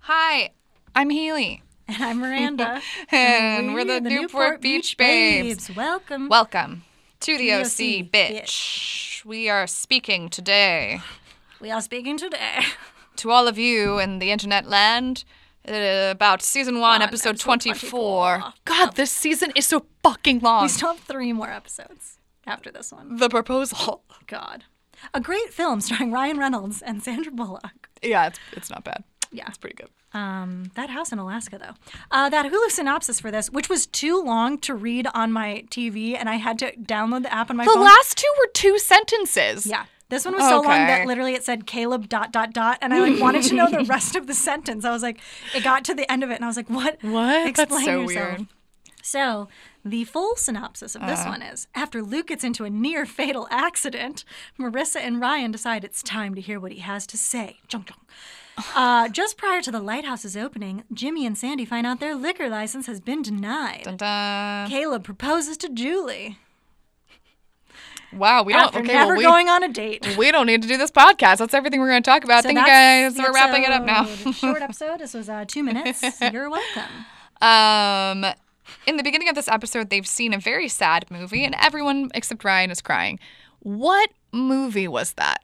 Hi, I'm Haley. And I'm Miranda. And we're the Newport Beach Babes. Welcome. Welcome to the TOC, OC, bitch. We are speaking today we are speaking today. to all of you in the internet land uh, about season one, episode, 24. 24. God, this season is so fucking long. We still have three more episodes after this one. The proposal. God. A great film starring Ryan Reynolds and Sandra Bullock. Yeah, it's, it's not bad. Yeah. It's pretty good. Um, that house in Alaska, though. Uh, that Hulu synopsis for this, which was too long to read on my TV, and I had to download the app on my The phone. last two were two sentences. yeah. This one was so long Okay. that literally it said Caleb dot dot dot, and I like wanted to know the rest of the sentence. I was like, it got to the end of it, and I was like, what? What? Explain That's so yourself. weird. Uh. So, the full synopsis of this one is after Luke gets into a near fatal accident, Marissa and Ryan decide it's time to hear what he has to say. Chung, chung. Uh, just prior to the lighthouse's opening, Jimmy and Sandy find out their liquor license has been denied. Dun, dun. Caleb proposes to Julie Wow, we don't. after Oh, Okay, never well, we, going on a date. we don't need to do this podcast. That's everything we're going to talk about. So Thank you guys. that's the We're wrapping it up episode. Short episode. This was uh, two minutes. You're welcome. now. Um, in the beginning of this episode, they've seen a very sad movie, and everyone except Ryan is crying. What movie was that?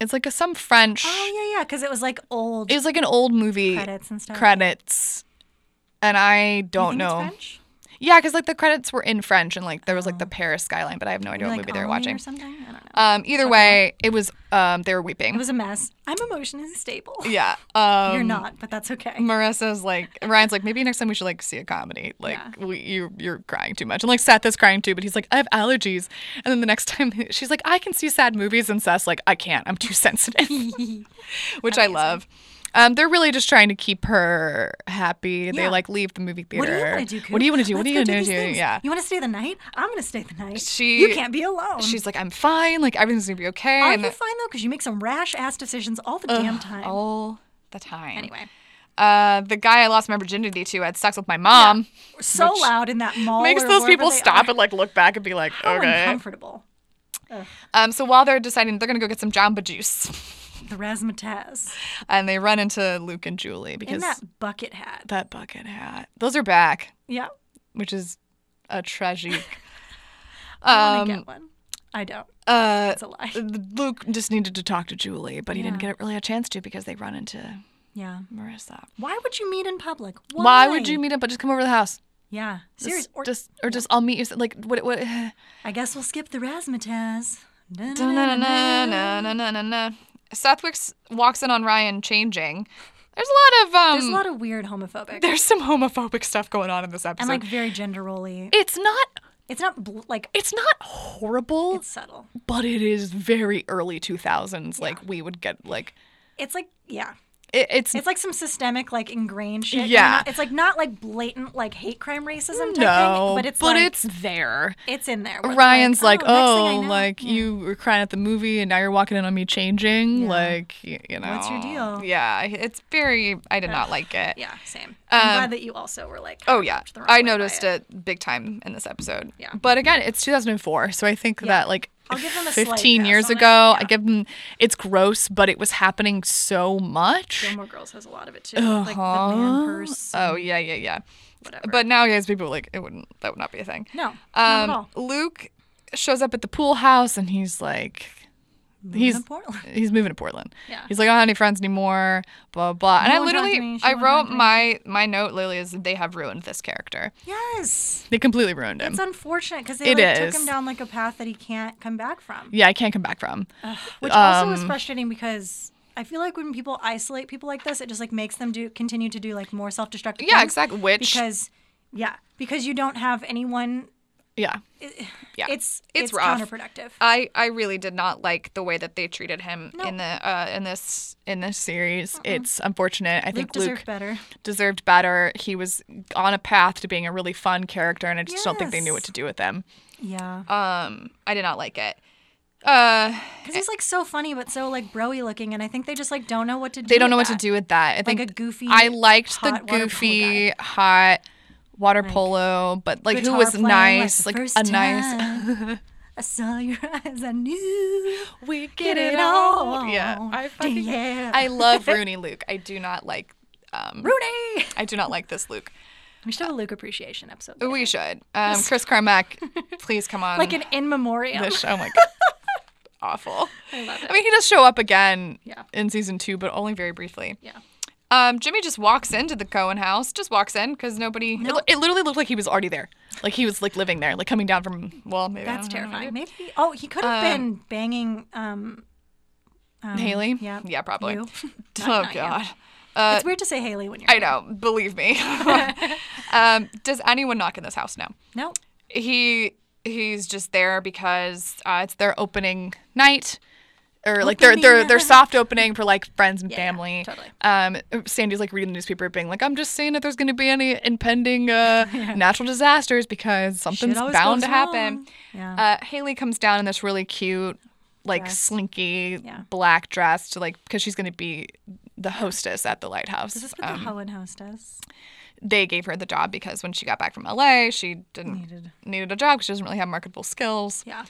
It's like a, some French. Oh yeah, yeah, because it was like old It was like an old movie. credits and stuff. Credits. And I I don't think it's know. French? Oh. Yeah, because like the credits were in French, and like there was like the Paris skyline, but I have no idea what Like movie they were Amelie watching. or something. I don't know. Um, either way, it was um they were weeping. It was a mess. I'm emotionally stable. yeah. Um, You're not, but that's okay. Marissa's like Ryan's like maybe next time we should like see a comedy like we, you you're crying too much and like Seth is crying too but he's like I have allergies and then the next time she's like I can see sad movies and Seth's like I can't I'm too sensitive which I love um they're really just trying to keep her happy they Yeah. like leave the movie What do theater you want to do? Coop? what do you want to do what Let's do you go want to these do things. yeah You want to stay the night? I'm going to stay the night. She- you can't be alone. she's like I'm fine like everything's gonna be okay Are and you the- fine though? Because you make some rash ass decisions all the damn time. all the time Anyway, uh the guy I lost my virginity to had sex with my mom so loud in that mall makes or those wherever people they stop Are. and like look back and be like How okay uncomfortable. Oh, Um, so while they're deciding, they're gonna go get some Jamba Juice, The razzmatazz and they run into Luke and Julie in because that bucket hat. that bucket hat. Those are back, Yeah, which is a tragic. I um, want to get one. I don't. uh, It's a lie. Luke just needed to talk to Julie, but he didn't Yeah. get really a chance to because they run into Yeah. Marissa. Why would you meet in public? Why, Why, would you meet up? But just come over to the house. Yeah. Just, Serious. Or, just or just I'll meet you. Like what? What? I guess we'll skip the razzmatazz. Na-na-na-na-na-na-na. Seth Wicks walks in on Ryan changing. There's a lot of um. There's a lot of weird homophobic there's some homophobic stuff going on in this episode. and like very gender roly. it's not It's not bl- like it's not horrible, it's subtle. but it is very early 2000s. Like we would get like It's like yeah. it, it's, It's like some systemic like ingrained shit. going Yeah. on. It's like not like blatant like hate crime racism type no, thing, but it's like it's, there. in there. where they're Ryan's like, next oh, thing I know, like yeah." you were crying at the movie, and now you're walking in on me changing. Yeah. Like, y- you know, What's your deal? Yeah, it's very. I did not like it. Yeah, same. I'm Um, glad that you also were like Oh yeah, rubbed the wrong way I by noticed it. big time in this episode. Yeah. but again, it's 2004, so I think that like I'll give them a slight 15 pass years on it, ago, I yeah. give them. It's gross, but it was happening so much. Gilmore Girls has a lot of it too. Like the man purse. Oh yeah, yeah, yeah. Whatever. But nowadays, people like it wouldn't. That would not be a thing. No, not at Um, all. Luke shows up at the pool house, and he's like, he's to Portland. he's moving to Portland. Yeah. He's like, I don't have any friends anymore. Blah blah. And No I one talked to literally, me, she I won't talk wrote to me. my my note literally is they have ruined this character. Yes. They completely ruined him. It's unfortunate because they It like, took is. him down like a path that he can't come back from. yeah, I can't come back from. Which also is Um, frustrating because I feel like when people isolate people like this, it just like makes them do continue to do like more self destructive. Yeah, exactly. Which Because yeah, because you don't have anyone. yeah, yeah. It's It's it's, rough. Uh, counterproductive. I, I really did not like the way that they treated him No. Uh-uh. in the uh, in this in this series. It's unfortunate. I Luke think Luke deserved better. deserved better. He was on a path to being a really fun character, and I just don't think they knew Yes. what to do with him. Yeah, Um, I did not like it. Uh, because he's like so funny but so like broy looking, and I think they just like don't know what to do. they don't know with what to that. do with that. I think a goofy, I liked the hot water polo goofy hot water polo, but like who Guitar was playing, nice, the like, first a nice. time I saw your eyes, I knew. We get it all. Yeah, I fucking Yeah. I love Rooney Luke. I do not like. um, Rudy. I do not like this Luke. We should have a Luke appreciation episode. later. We should. Um, Chris Carmack, please come on. like an in memoriam. this show. I'm like, awful. I love it. I mean, he does show up again Yeah. in season two, but only very briefly. yeah. Um, Jimmy just walks into the Cohen house, just walks in because nobody. It, lo- it literally looked like he was already there, like he was like living there, like coming down from. Well, maybe I That's don't know what he terrifying. Maybe. Oh, he could have been banging. Um, um, did. Haley. Yeah. Yeah, probably. you. Oh Not- not you. God. it's weird to say Haley when you're. I know. Believe me. um, does anyone knock in this house now? No. He he's just there because uh, it's their opening night. Or like their their Opening their night. soft opening for like friends and Yeah, yeah, family. totally. Um, Sandy's like reading the newspaper, being like, "I'm just saying if there's going to be any impending uh, natural disasters because something's always bound to goes happen." wrong. Yeah. Uh, Haley comes down in this really cute, like slinky Yeah. black dress to like because she's going to be the hostess at the lighthouse. Is this what the Hohen House does? they gave her the job because when she got back from LA, she didn't Needed. needed, a job because she doesn't really have marketable skills. Yeah.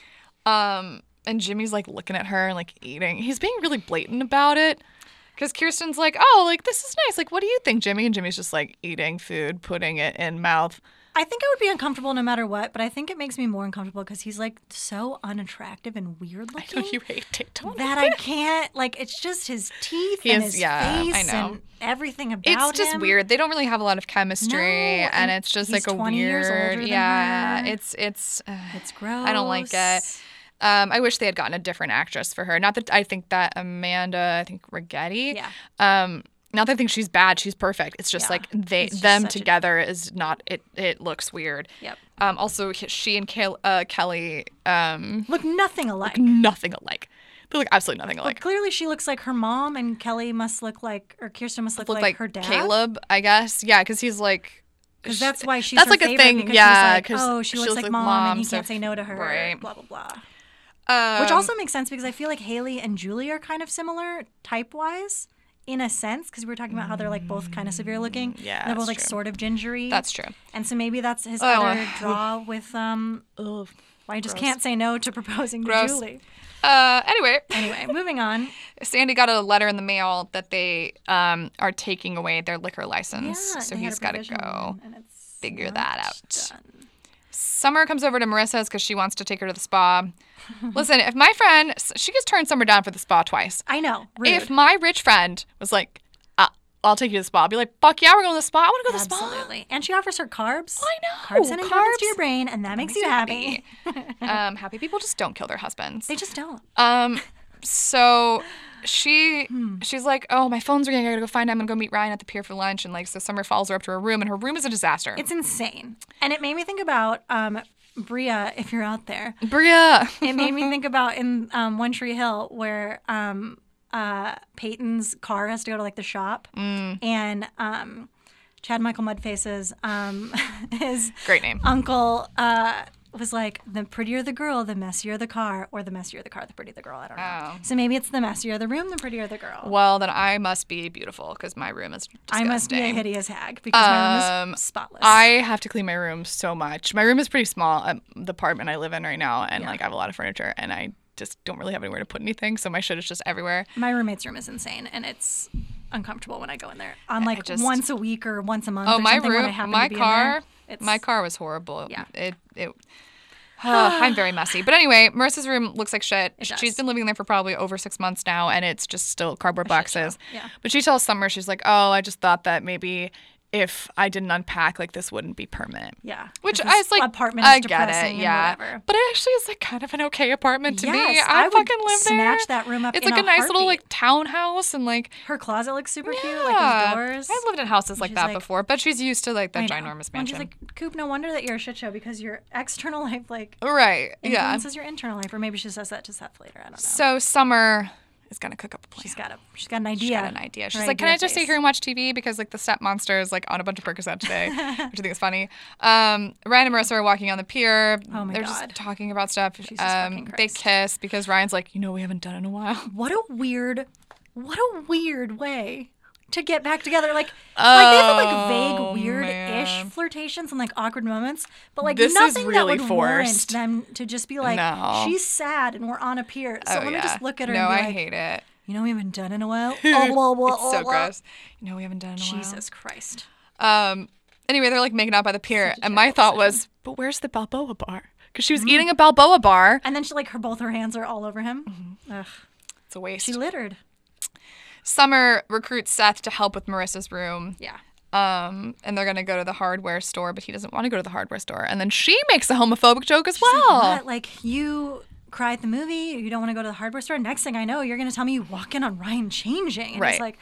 Um, and Jimmy's like looking at her and like eating. He's being really blatant about it. Because Kirsten's like, oh, like this is nice. Like, what do you think, Jimmy? And Jimmy's just like eating food, putting it in mouth. I think I would be uncomfortable no matter what, but I think it makes me more uncomfortable because he's like so unattractive and weird I know looking you hate it. Don't that I can't like. It's just his teeth He and is- his yeah, I face know. and everything about him. it's just weird. They don't really have a lot of chemistry, No, and, and it's just he's like a 20 weird. years older than yeah, her. it's it's. Uh, It's gross. I don't like it. Um, I wish they had gotten a different actress for her. Not that I think that Amanda, I think Rigetti. Yeah. Um, not that I think she's bad. She's perfect. It's just Yeah. like they It's just them such a- together is not. It it looks weird. Yep. Um, also, he- she and Kay, uh, Kelly, um, Look nothing alike. nothing alike. They look absolutely nothing alike. Clearly, she looks like her mom, and Kelly must look like, or Kirsten must look, Look like, like her dad. Caleb, I guess. Yeah, because he's like. Because that's why she's That's her like a favorite, thing, because yeah, He's like, 'cause oh, she, looks, like mom, and mom, he so- can't say no to her. right. Blah blah blah. Um, Which also makes sense because I feel like Haley and Julie are kind of similar type wise in a sense because we were talking about how they're like both kind of severe looking. Mm, yeah, And they're that's both like true. sort of gingery. That's true. And so maybe that's his Oh, I don't other wanna- draw with um. Why you just can't say no to proposing to Gross. Julie. Uh, anyway, Anyway, moving on. Sandy got a letter in the mail that they um, are taking away their liquor Yeah, license, so they had a he's got to provisional go. one, and it's figure not that out. done. Summer comes over to Marissa's because she wants to take her to the spa. Listen, if my friend, she gets turned Summer down for the spa twice. I know. Rude. If my rich friend was like, uh, I'll take you to the spa, I'd be like, fuck yeah, we're going to the spa. I want to go to the spa. Absolutely. And she offers her carbs. I know, Carbs and endurance carbs. to your brain, and that makes you happy. um, happy people just don't kill their husbands. They just don't. Um, so she Hmm. she's like, oh, my phone's ringing. I gotta go find. Him. I'm gonna go meet Ryan at the pier for lunch. And like, so Summer follows her up to her room, and her room is a disaster. It's insane. And it made me think about um, Bria, if you're out there. Bria. It made me think about in um, One Tree Hill where um, uh, Peyton's car has to go to like the shop, Mm. and um, Chad Michael Mudface's um, his Great name. uncle. Uh, was like the prettier the girl, the messier the car, or the messier the car, the prettier the girl. I don't know. Oh. So maybe it's the messier the room, the prettier the girl. Well, then I must be beautiful because my room is. I Disgusting. must be a hideous hag because my room Um, is spotless. I have to clean my room so much. My room is pretty small, um, the apartment I live in right now, and like I have a lot of furniture, and I just don't really have anywhere to put anything, so my shit is just everywhere. my roommate's room is insane, and it's uncomfortable when I go in there. On like just- once a week or once a month. Oh, or my something when I room, happen my to be in car, there. It's- my car was horrible. Yeah. It it. Ugh, I'm very messy, but anyway, Marissa's room looks like shit. does. She's been living there for probably over six months now, and it's just still cardboard boxes. yeah. But she tells Summer, she's like, "Oh, I just thought that maybe if I didn't unpack, like this wouldn't be permanent." Yeah. Which This I was like, apartment I is get depressing it, and yeah. whatever. But it actually is like kind of an okay apartment to me. Yes, I, I would fucking live there. snatch that room up It's in like a, a nice little like heartbeat. townhouse and like. Her closet looks super cute, like yeah. those doors. I've lived in houses like she's that like- before, but she's used to like I that know. ginormous And mansion. she's like, Coop, no wonder that you're a shit show because your external life like right? Yeah. influences your internal life, or maybe she says that to Seth later. I don't know. So Summer is gonna cook up a plan. she's got a she's got an idea. She's got an idea. She's Her like, "Can idea I just stay face. here and watch TV?" Because like the step monster is like on a bunch of Percocet today, which I think is funny. Um, Ryan and Marissa are walking on the pier. Oh my They're God. just talking about stuff. Jesus fucking um, they Christ. kiss because Ryan's like, "You know, we haven't done it in a while." what a weird what a weird way to get back together like like they have like Oh, vague weird-ish man. flirtations and like awkward moments but like This is nothing really that would forced. warrant them to just be like No. she's sad and we're on a pier Oh, so let me yeah. just look at her No, and be I like hate it. You know, we haven't done in a while. Oh, It's so gross. You know, we haven't done it in a while. Jesus Christ. Um, anyway, they're like making out by the pier, and my thought was, but where's the Balboa bar? Because she was Mm-hmm. eating a Balboa bar. And then she like her both her hands are all over him. Mm-hmm. Ugh. It's a waste. She littered. Summer recruits Seth to help with Marissa's room. Yeah. Um, and they're gonna go to the hardware store, but he doesn't want to go to the hardware store. And then she makes a homophobic joke as She's like, well. "What? like you cry at the movie. You don't want to go to the hardware store. Next thing I know, you're gonna tell me you walk in on Ryan changing. And Right. it's like,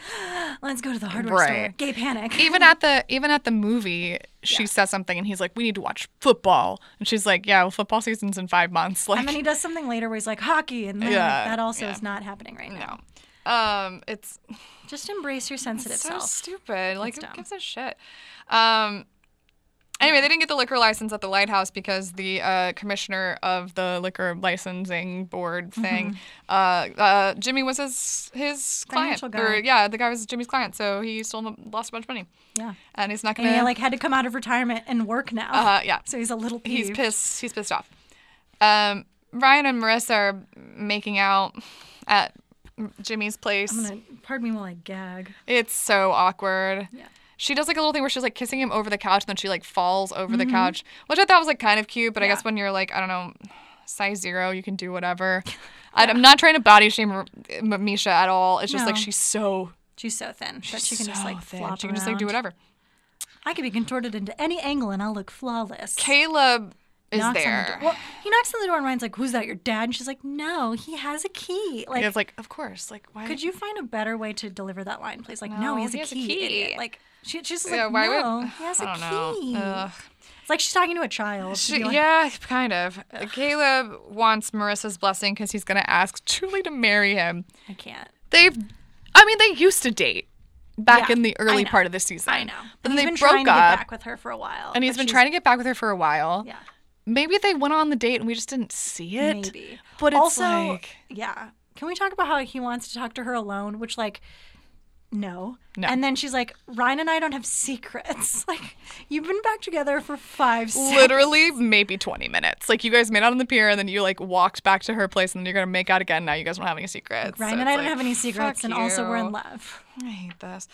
let's go to the hardware store. Right. Gay panic. even at the even at the movie, she says something, and he's like, "We need to watch football," and she's like, "Yeah, well, football season's in five months." Like, and then he does something later where he's like hockey, and then Yeah, that also yeah. is not happening right now. no, um, it's Just embrace your sensitive so self. stupid. Like, who dumb. gives a shit? Um, anyway, they didn't get the liquor license at the lighthouse because the uh, commissioner of the liquor licensing board Mm-hmm. thing, uh, uh, Jimmy was his his client. Financial Or, guy. yeah, the guy was Jimmy's client, so he still lost a bunch of money, yeah. and he's not And gonna he like had to come out of retirement and work now. Uh, yeah. So he's a little peeved. He's pissed. He's pissed off. Um, Ryan and Marissa are making out at Jimmy's place. I'm gonna- pardon me while I gag. It's so awkward. Yeah. She does like a little thing where she's like kissing him over the couch, and then she like falls over the couch, which I thought was like kind of cute. But I guess Mm-hmm. Yeah. when you're like I don't know, size zero, you can do whatever. I, I'm not trying to body shame R- M- Misha at all. It's just like No. she's so She's so thin that she can just so like thin. flop She can just like do around. whatever. I could be contorted into any angle and I'll look flawless. Caleb is Knocks on the there. door. Well, he knocks on the door and Ryan's like, "Who's that? Your dad?" And she's like, "No, he has a key." Like, And it's like of course, like why could you find a better way to deliver that line, please? Like, no, No, he has, he a, has a key, idiot." key. Like, she, she's just Yeah, like, why would- "No, he has I a don't key." know. Ugh. It's like she's talking to a child. to She, be like, yeah, kind of. Caleb wants Marissa's blessing because he's going to ask Julie to marry him. I can't. They've, I mean, they used to date back Yeah, in the I early know. part of the season. I know. But And then he's been they broke trying up, to get back with her for a while, and he's but been she's- trying to get back with her for a while. Yeah. Maybe they went on the date and we just didn't see it. maybe. But it's also, like, yeah. Can we talk about how he wants to talk to her alone? Which, like, no. No. And then she's like, Ryan and I don't have secrets. Like, you've been back together for five seconds. literally maybe 20 minutes. Like, you guys made out on the pier and then you, like, walked back to her place and then you're going to make out again. Now you guys don't have any secrets. So Ryan and it's I don't like, have any secrets, fuck and also we're you. in love. I hate this.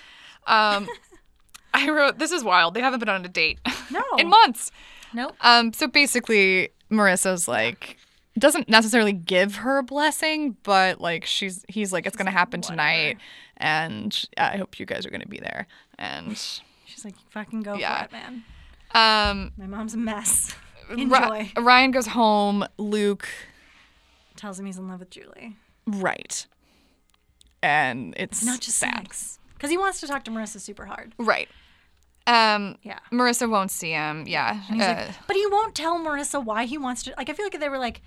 Um, I wrote, this is wild. They haven't been on a date No. in months. Nope. Um, so basically, Marissa's like, doesn't necessarily give her a blessing, but like she's, he's like, it's going to happen tonight. And I hope you guys are going to be there. And, She's like, fucking go Yeah. for it, man. um, My mom's a mess. Ri- Enjoy. Ryan goes home. Luke, Tells him he's in love with Julie. right. And it's, Not just sad. sex. Because he wants to talk to Marissa super hard. Right. Um, Yeah. Marissa won't see him. Yeah. And he's uh, like, but he won't tell Marissa why he wants to. Like, I feel like if they were like,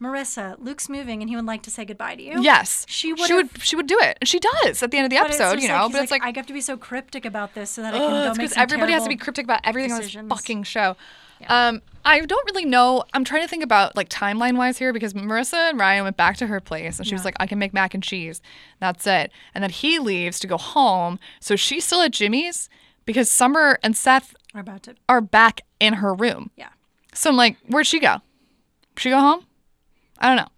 Marissa, Luke's moving and he would like to say goodbye to you. Yes, She she would've- would she would do it, and she does at the end of the But it's episode, just you like, know. he's but it's like, I have to be so cryptic about this so that I ugh, can go it's make because some everybody has to be terrible- cryptic about everything on decisions. this fucking show. Um, I don't really know. I'm trying to think about like timeline wise here because Marissa and Ryan went back to her place, and she was Yeah. like, "I can make mac and cheese. That's it." And then he leaves to go home, so she's still at Jimmy's because Summer and Seth We're about to. are back in her room. Yeah. So I'm like, "Where'd she go? She go home? I don't know.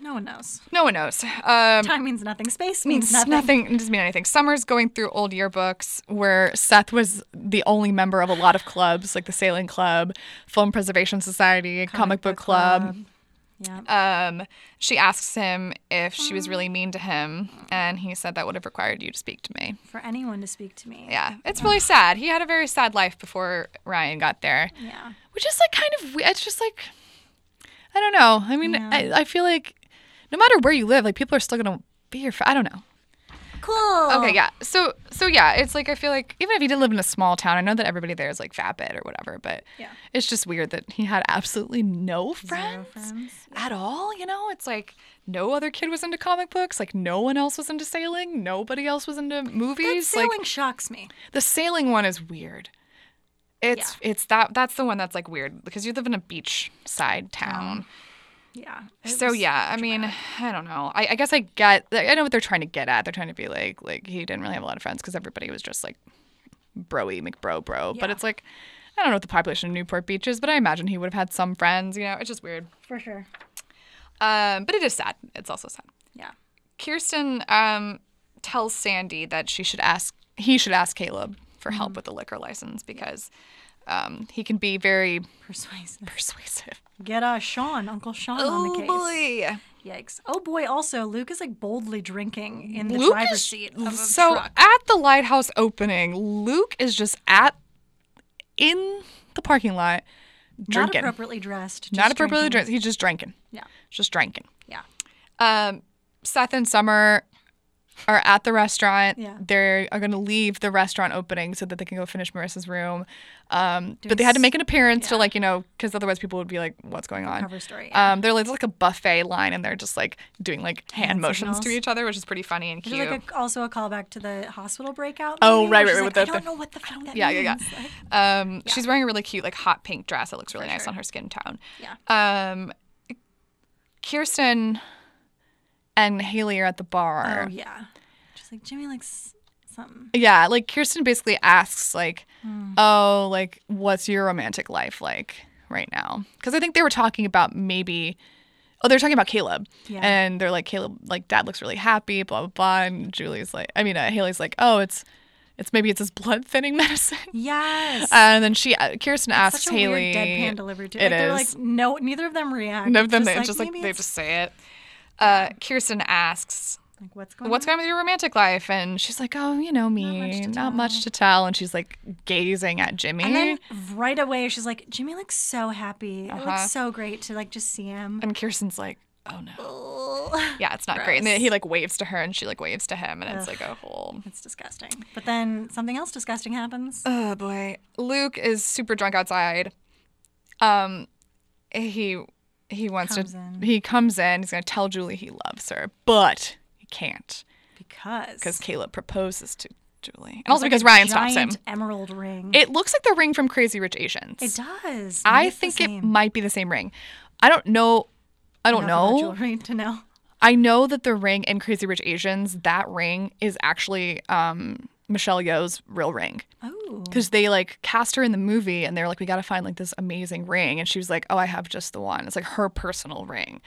No one knows. No one knows." Um, Time means nothing. Space means It's nothing. nothing. It doesn't mean anything. Summer's going through old yearbooks where Seth was the only member of a lot of clubs, like the Sailing Club, Film Preservation Society, Comic, Book, Club. Yeah. Um, she asks him if she was really mean to him, and he said that would have required you to speak to me. For anyone to speak to me. Yeah, it's really sad. He had a very sad life before Ryan got there, Yeah. which is like kind of. we- It's just like, I don't know. I mean, Yeah. I, I feel like no matter where you live, like people are still gonna be your. fr- I don't know. Cool. Okay, yeah. So so yeah, it's like I feel like even if he did live in a small town, I know that everybody there is like vapid or whatever, but Yeah. it's just weird that he had absolutely no Zero friends, friends. at all, you know? It's like no other kid was into comic books, like no one else was into sailing, nobody else was into That movies. sailing Like shocks me. the sailing one is weird. It's it's that that's the one that's like weird because you live in a beach side town. Yeah. it So was- yeah, I mean, I don't know. I, I guess I get. I know what they're trying to get at. They're trying to be like, like he didn't really have a lot of friends because everybody was just like, broy McBro bro. But Yeah. it's like, I don't know what the population of Newport Beach is, but I imagine he would have had some friends. You know, it's just weird. For sure. Um, but it is sad. It's also sad. Yeah. Kirsten um, tells Sandy that she should ask he should ask Caleb for Mm-hmm. help with the liquor license because um, he can be very Persuasive. persuasive. Get uh, Sean, Uncle Sean, on the case. Oh, Yikes. Oh boy, also, Luke is like boldly drinking in the Luke driver's is- seat of a so truck. at the lighthouse opening, Luke is just at in the parking lot Not drinking. appropriately dressed. Just Not appropriately drinking. dressed. He's just drinking. Just drinking. Yeah. Um, Seth and Summer are at the restaurant. Yeah. They are going to leave the restaurant opening so that they can go finish Marissa's room. Um, but they had to s- make an appearance to like you know because otherwise people would be like, what's going on? Cover story. Yeah. Um, they're like, like a buffet line, and they're just like doing like hand, Hand motions to signals. each other, which is pretty funny and Is cute. it like a, also a callback to the hospital breakout? Oh, maybe, right, where right, she's with like, the- I don't know what the fuck that yeah, yeah, means. yeah. Like, Um, She's wearing a really cute, like hot pink dress. It looks really nice sure. on her skin tone. Yeah. Um, Kirsten and Haley are at the bar. Oh yeah. She's like Jimmy likes something. Yeah, like Kirsten basically asks, like, Hmm. oh, like, what's your romantic life like right now? Because I think they were talking about maybe, oh, they're talking about Caleb. Yeah. And they're like, Caleb, like, dad looks really happy, blah, blah, blah. And Julie's like, I mean, uh, Haley's like, oh, it's, it's maybe it's his blood thinning medicine. Yes. And then she, uh, Kirsten asks Such a Haley. weird deadpan delivery too. It Like, They're is. like no, neither of them react. No, It's then they just like maybe they it's- just say it. Uh, Kirsten asks, like what's going "What's on? going on with your romantic life?" And she's like, "Oh, you know me, not Uh-huh. much much to to, tell." And she's like gazing at Jimmy. And And, then right away she's like Jimmy looks so happy. It Uh-huh. looks so great to like just see him. Kirsten's like, "Oh no, Ugh. yeah, it's not great." And then Gross. he like waves to her, and she like waves to him, and it's like a whole. It's disgusting. But then something else disgusting happens. Oh boy, Luke is super drunk outside. Um, he he wants Comes to. in. He comes in. He's gonna tell Julie he loves her, but he can't Because because Caleb proposes to Julie, and also because Ryan stops him. giant Emerald ring. It looks like the ring from Crazy Rich Asians. It does. Maybe I it's the think it same. might be the same ring. I don't know. I don't Enough about know. Jewelry to know. I know that the ring in Crazy Rich Asians, that ring is actually um, Michelle Yeoh's real ring Oh. because Mm-hmm. they like cast her in the movie and they're like, we got to find like this amazing ring, and she was like, oh, I have just the one. It's like her personal ring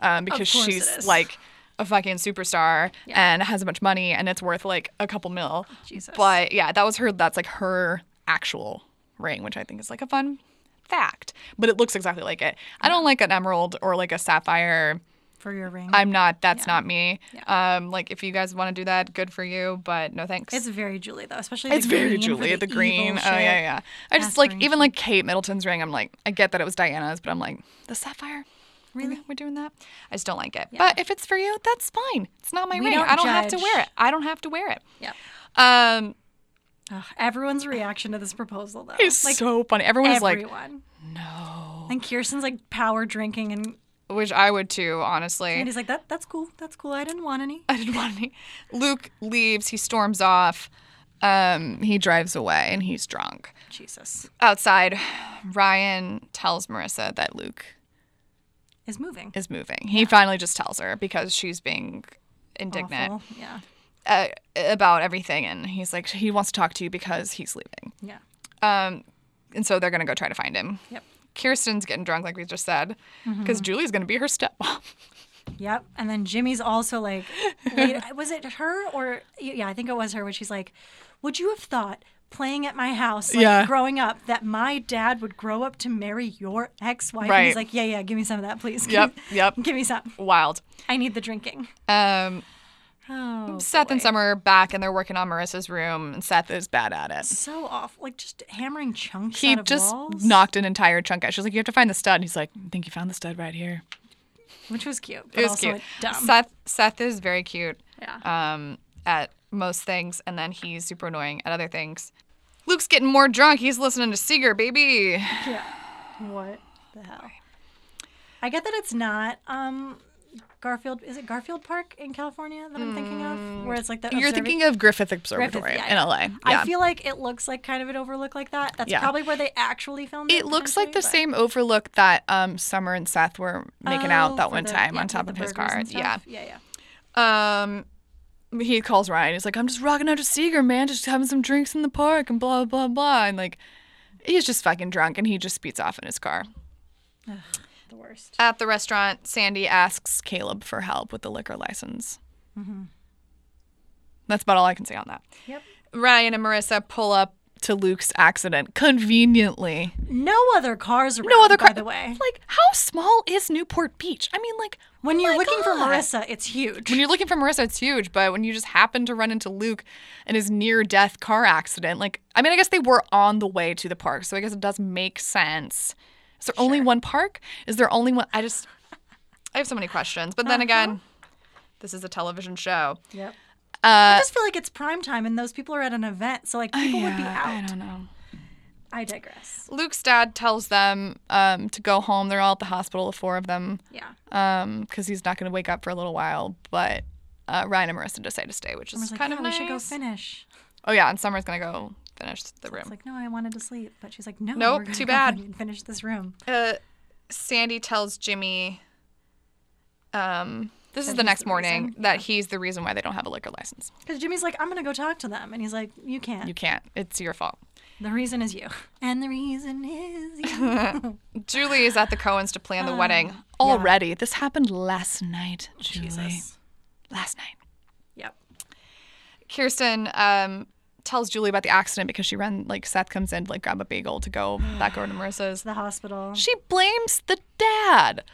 um, because course it she's is. like a fucking superstar and has a bunch of money and it's worth like a couple mil. Oh, Jesus. But yeah, that was her. That's like her actual ring, which I think is like a fun fact. But it looks exactly like it. I don't like an emerald or like a sapphire. For your ring. I'm not. That's not me. Yeah. Um, like if you guys want to do that, good for you. But no thanks. It's very Julie though, especially It's the very green for Julie, the, green. evil Oh yeah, shit. yeah. I just like even aspiration. like Kate Middleton's ring. I'm like, I get that it was Diana's, but I'm like, the sapphire. Mm-hmm. Really, we're doing that? I just don't like it. But if it's for you, that's fine. It's not my We ring. don't I don't have to judge. wear it. I don't have to wear it. Yep. Um, Ugh, everyone's reaction to this proposal though. it's like so funny. Everyone was like, everyone. no. And Kirsten's like power drinking and, which I would too, honestly. and he's like, That that's cool. That's cool. I didn't want any. I didn't want any. Luke leaves. He storms off. Um, he drives away, and he's drunk. Jesus. Outside, Ryan tells Marissa that Luke Is moving. is moving. He finally just tells her because she's being indignant Awful. Yeah. uh, about everything, and he's like, he wants to talk to you because he's leaving. Yeah. Um, and so they're gonna go try to find him. Yep. Kirsten's getting drunk, like we just said, Mm-hmm. because Julie's gonna be her stepmom. Yep. And then Jimmy's also like, wait, was it her or yeah, I think it was her when she's like, would you have thought playing at my house, like, Yeah. growing up, that my dad would grow up to marry your ex-wife? And Right. he's like, yeah, yeah, give me some of that, please. Yep, yep. Give me some. Wild. I need the drinking. Um, Oh, Seth and Summer are back and they're working on Marissa's room, and Seth is bad at it. so awful. Like just hammering chunks He out of just walls, knocked an entire chunk out. She's like, You have to find the stud. And he's like, I think you found the stud right here. which was cute. But It was also cute. like, dumb. Seth Seth is very cute yeah. um, at most things, and then he's super annoying at other things. Luke's getting more drunk. He's listening to Seeger, baby. yeah. What the hell? I get that it's not um Garfield. Is it Garfield Park in California that I'm thinking of, where it's like the You're observa- thinking of Griffith Observatory Griffith, yeah, in yeah. LA. Yeah. I feel like it looks like kind of an overlook like that. That's Yeah. probably where they actually filmed it. it looks like the potentially, same overlook that um, Summer and Seth were but- making Oh, out that for one the- time yeah, on for top the of his burgers car. and Yeah. stuff. Yeah, yeah. Um, he calls Ryan. He's like, "I'm just rocking out to Seeger, man. Just having some drinks in the park and blah blah blah." And like, he's just fucking drunk and he just speeds off in his car. The worst. At the restaurant, Sandy asks Caleb for help with the liquor license. That's about all I can say on that. Mm-hmm. Yep. Ryan and Marissa pull up to Luke's accident conveniently. No other cars around. No other car. Oh, By the way, like how small is Newport Beach? I mean, like when oh you're my looking for God. Marissa, it's huge. When you're looking for Marissa, it's huge, but when you just happen to run into Luke and his near death car accident, like, I mean, I guess they were on the way to the park, so I guess it does make sense. Is there only one park? Is there only one? I just, I have so many questions. But then again, this is a television show. Yep. I Uh, just feel like it's prime time and those people are at an event, so like people would be yeah, I out. don't know. I, digress. Luke's dad tells them um, to go home. They're all at the hospital, the four of them, Yeah. because he's not going to wake up for a little while. But uh, Ryan and Marissa decide to stay, which I is was like, kind yeah, of we nice. should go finish. Oh yeah, and Summer's gonna go finish the room. It's like, no, I wanted to sleep, but she's like, no. Nope, we're gonna too go bad. and Finish this room. uh, Sandy tells Jimmy. Um, this is That the he's next the morning reason? that he's the reason why they don't have a liquor license. Because Jimmy's like, I'm gonna go talk to them, and he's like, you can't. You can't. It's your fault. The reason is you, and the reason is you. Julie is at the Cohens to plan the wedding already. This happened last night, Julie. Jesus. Last night. Yep. Kirsten um, tells Julie about the accident because she ran like Seth comes in to like grab a bagel to go back over to Marissa's. To the hospital. She blames the dad.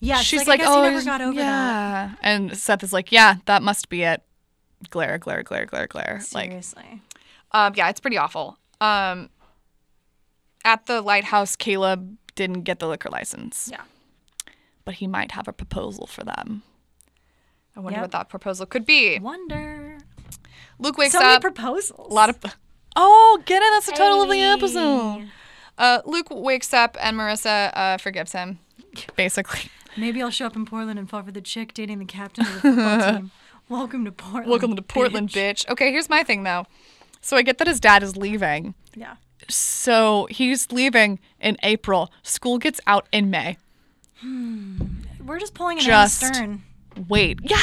Yeah. she's like, like, I guess oh, he never he's- got over that. yeah. And Seth is like, yeah, that must be it. Glare, glare, glare, glare, glare. Like, Seriously. um, yeah, it's pretty awful. Um, at the lighthouse, Caleb didn't get the liquor license, yeah. but he might have a proposal for them. I wonder Yep. what that proposal could be. Wonder. Luke wakes So many up. proposals. a lot of. Oh, get it? That's the title of the Hey. episode. Uh, Luke wakes up and Marissa uh, forgives him, basically. Maybe I'll show up in Portland and fall for the chick dating the captain of the football team. Welcome to Portland. Welcome to Portland, bitch. Okay, here's my thing though. So I get that his dad is leaving. Yeah. So he's leaving in April. School gets out in May. We're just pulling an Just- Anna Stern. Wait, yeah.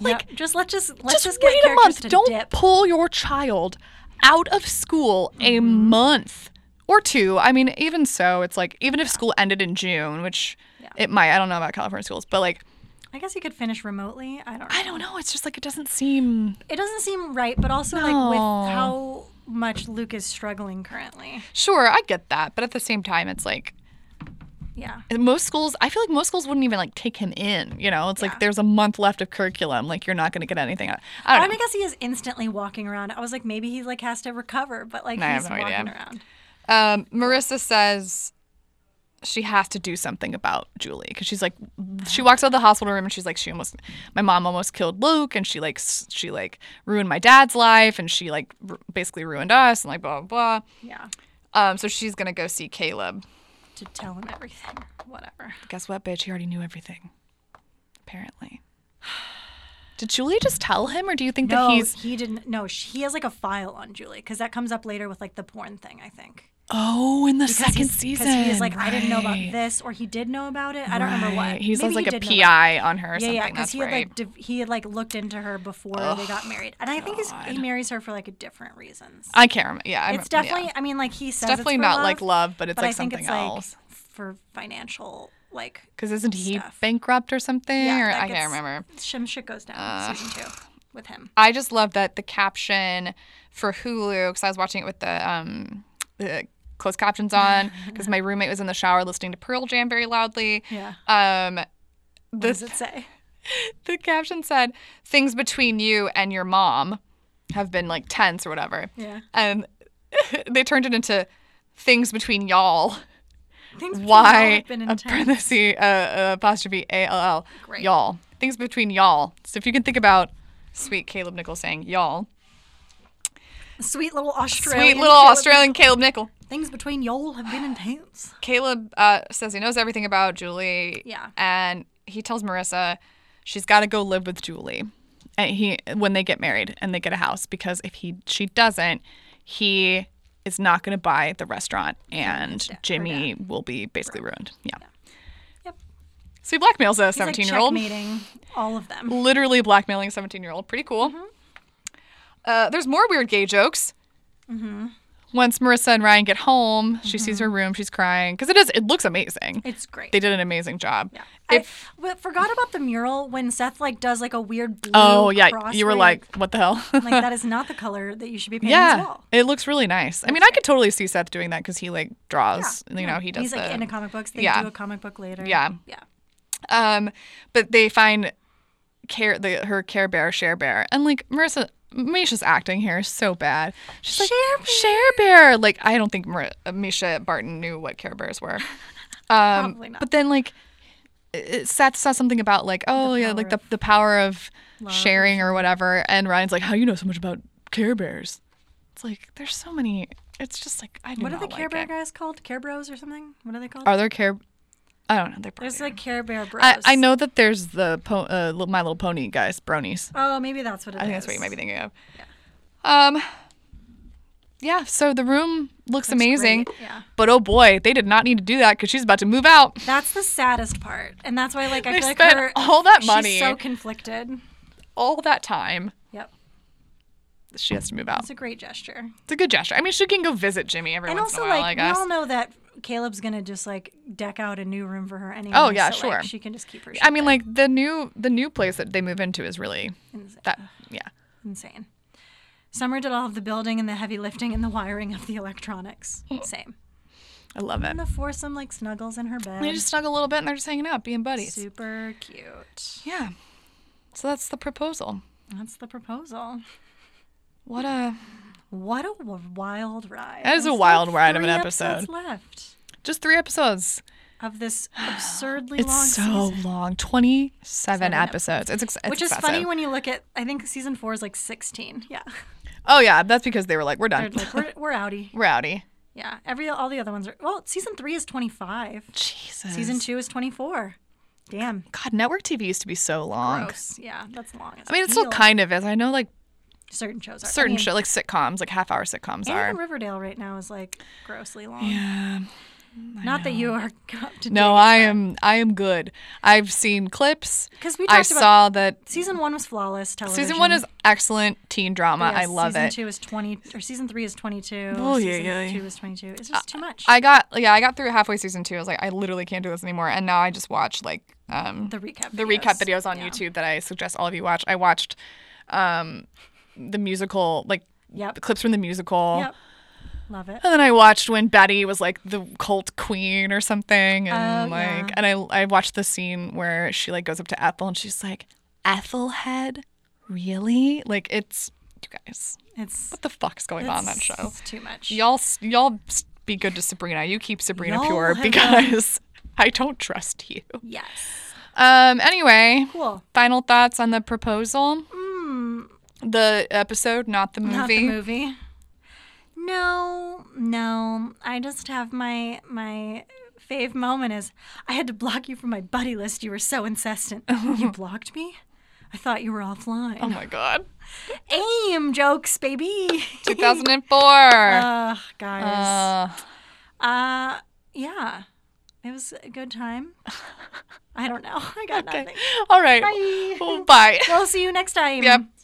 Like Like, just let just let's just, just, get wait a characters month. to Don't dip. pull your child out of school a month or two. I mean, even so, it's like even if school ended in June, which Yeah. it might. I don't know about California schools, but like I guess you could finish remotely. I don't. know. I don't know. It's just like it doesn't seem. It doesn't seem right, but also like No. with how much Luke is struggling currently. Sure, I get that, but at the same time, it's like Yeah. And most schools i feel like most schools wouldn't even like take him in you know it's Yeah. like there's a month left of curriculum like you're not going to get anything out i I, don't mean, I know guess he is instantly walking around. I was like, maybe he like has to recover, but like No, I have he's no walking idea. around. um, marissa says she has to do something about julie because she's like she walks out of the hospital room and she's like she almost my mom almost killed luke and she like s- she like ruined my dad's life and she like r- basically ruined us and like blah blah Yeah. blah um, so she's going to go see caleb To tell him everything. Whatever. guess what bitch he already knew everything apparently did julie just tell him or do you think No, that he's he didn't. No, sh he has like a file on Julie because that comes up later with like the porn thing. I think Oh, in the second he's- season. he is like, I didn't know about right, this, or he did know about it. I don't remember what. right. He says Maybe like a did know about it. PI on her or Yeah, something. yeah, because That's he had right. like div- he had like looked into her before they got married, and I think he's, he marries her for like different reasons. I can't remember. Yeah, I It's remem- yeah. definitely. I mean, like he says definitely it's for not love, like love, but it's but like I think something it's like else. for financial like. Because isn't he stuff. bankrupt or something? Yeah, or that I gets- can't remember. Uh, Some shit goes down in season two with him. I just love that the caption for Hulu because I was watching it with the um the closed captions on because my roommate was in the shower listening to Pearl Jam very loudly. Yeah. Um, What does the it say? the caption said things between you and your mom have been like tense or whatever. Yeah. and they turned it into things between y'all. Things between y'all Why have been a intense. parenthesis uh, uh, apostrophe a l l Great. y'all things between y'all. So if you can think about sweet Caleb Nickel saying y'all, Sweet little Australian. sweet little Caleb. Australian Caleb Nickel. Things between y'all have been intense. Caleb uh, says he knows everything about Julie. Yeah. and he tells Marissa she's got to go live with Julie, and he when they get married and they get a house because if he she doesn't, he is not going to buy the restaurant and dad- her Jimmy will be basically ruined. Yeah. Yep. So he blackmails a He's like 17 year old. checkmating all of them. Literally blackmailing a 17 year old. Pretty cool. Uh, there's more weird gay jokes. Once Marissa and Ryan get home, she sees her room. She's crying because it is. It looks amazing. It's great. they did an amazing job. yeah. If I w- forgot about the mural when Seth like does like a weird blue. oh yeah, you were crossway. like, what the hell? like that is not the color that you should be painting this yeah, wall. it looks really nice. I mean, I could totally see Seth doing that because he like draws. you know, he does. He's like the- into comic books. They yeah. do a comic book later. Yeah. Yeah. Um, but they find care the her care bear share bear and like Marissa. Misha's acting here is so bad. She's like Share Bear. share bear. Like I don't think Mar- uh, Misha Barton knew what care bears were. Um, Probably not. But then like it- Seth saw something about like oh yeah power like the of the power of love or sharing or whatever. And Ryan's like how do you know so much about care bears? It's like there's so many. It's just like I do What not are the Care like Bear it. guys called? Care Bros or something? What are they called? Are there care? I don't know. They're probably There's like Care Bear Bros. I, I know that there's the po- uh, Li- My Little Pony guys, bronies. Oh, maybe that's what it is. I think that's what you might be thinking of. Um, yeah. So the room looks, amazing, great, yeah. but oh boy, they did not need to do that because she's about to move out. That's the saddest part, and that's why like I They feel like spent her all that she's money. so conflicted. All that time, Yep, she has to move out. it's a great gesture, It's a good gesture. I mean, she can go visit Jimmy every and once also in a while, like I we guess. all know that Caleb's gonna just like deck out a new room for her anyway. Oh, yeah, so, like, sure. she can just keep her. Shit I mean, there. like the new the new place that they move into is really Insane. that. Yeah. insane. Summer did all of the building and the heavy lifting and the wiring of the electronics. Same. I love it. And the foursome like snuggles in her bed. They just snuggle a little bit and they're just hanging out, being buddies. Super cute. Yeah. So that's the proposal. That's the proposal. What a What a w- wild ride. That is a There's, wild ride of three an episode. episodes left just three episodes. of this absurdly It's long so season. long. 27 episodes. episodes. It's, ex- it's Which excessive. is funny when you look at, I think season four is like 16. Yeah. Oh yeah, that's because they were like, we're They're done. like, we're, we're outie. Rowdy. Yeah. Every All the other ones are, well, season three is 25. Jesus. Season two is 24. Damn. God, network TV used to be so long. Gross. Yeah. That's long. as I mean, it a still heel. kind of is. I know like Certain shows are. I certain mean, show, like sitcoms, like half hour sitcoms Anne are. and Riverdale right now is like grossly long. Yeah. Not that you are up to No, I am. I am good. I've seen clips. 'Cause we I talked about- saw that Season one was flawless television. season one is excellent teen drama. I Yes, love season it. two is twenty, or season three is twenty-two. Oh, yeah, season yeah, yeah. Two is twenty-two. It's just too much. I got yeah, I got through halfway season two. I was like, I literally can't do this anymore. And now I just watch like um the recap. the recap videos on YouTube that I suggest all of you watch. I watched um, the musical, like Yep. the clips from the musical. Yep. Love it. And then I watched when Betty was like the cult queen or something, and Oh, like, yeah. and I I watched the scene where she like goes up to Ethel and she's like, "Ethelhead, really?" Like it's you guys, It's what the fuck's going on in that it's- show? It's too much. Y'all, s- y'all s- be good to Sabrina. You keep Sabrina Y'all pure have done- because I don't trust you. Yes. Um. Anyway, Cool. final thoughts on the proposal. The episode, not the movie. Not the movie. No, no. I just have my my fave moment is I had to block you from my buddy list. You were so incessant. you blocked me. I thought you were offline. Oh my god. Aim jokes, baby. 2004. Ugh, guys. Uh, Uh, yeah. It was a good time. I don't know. I got nothing. all right. Bye. Well, bye. We'll see you next time. Yep.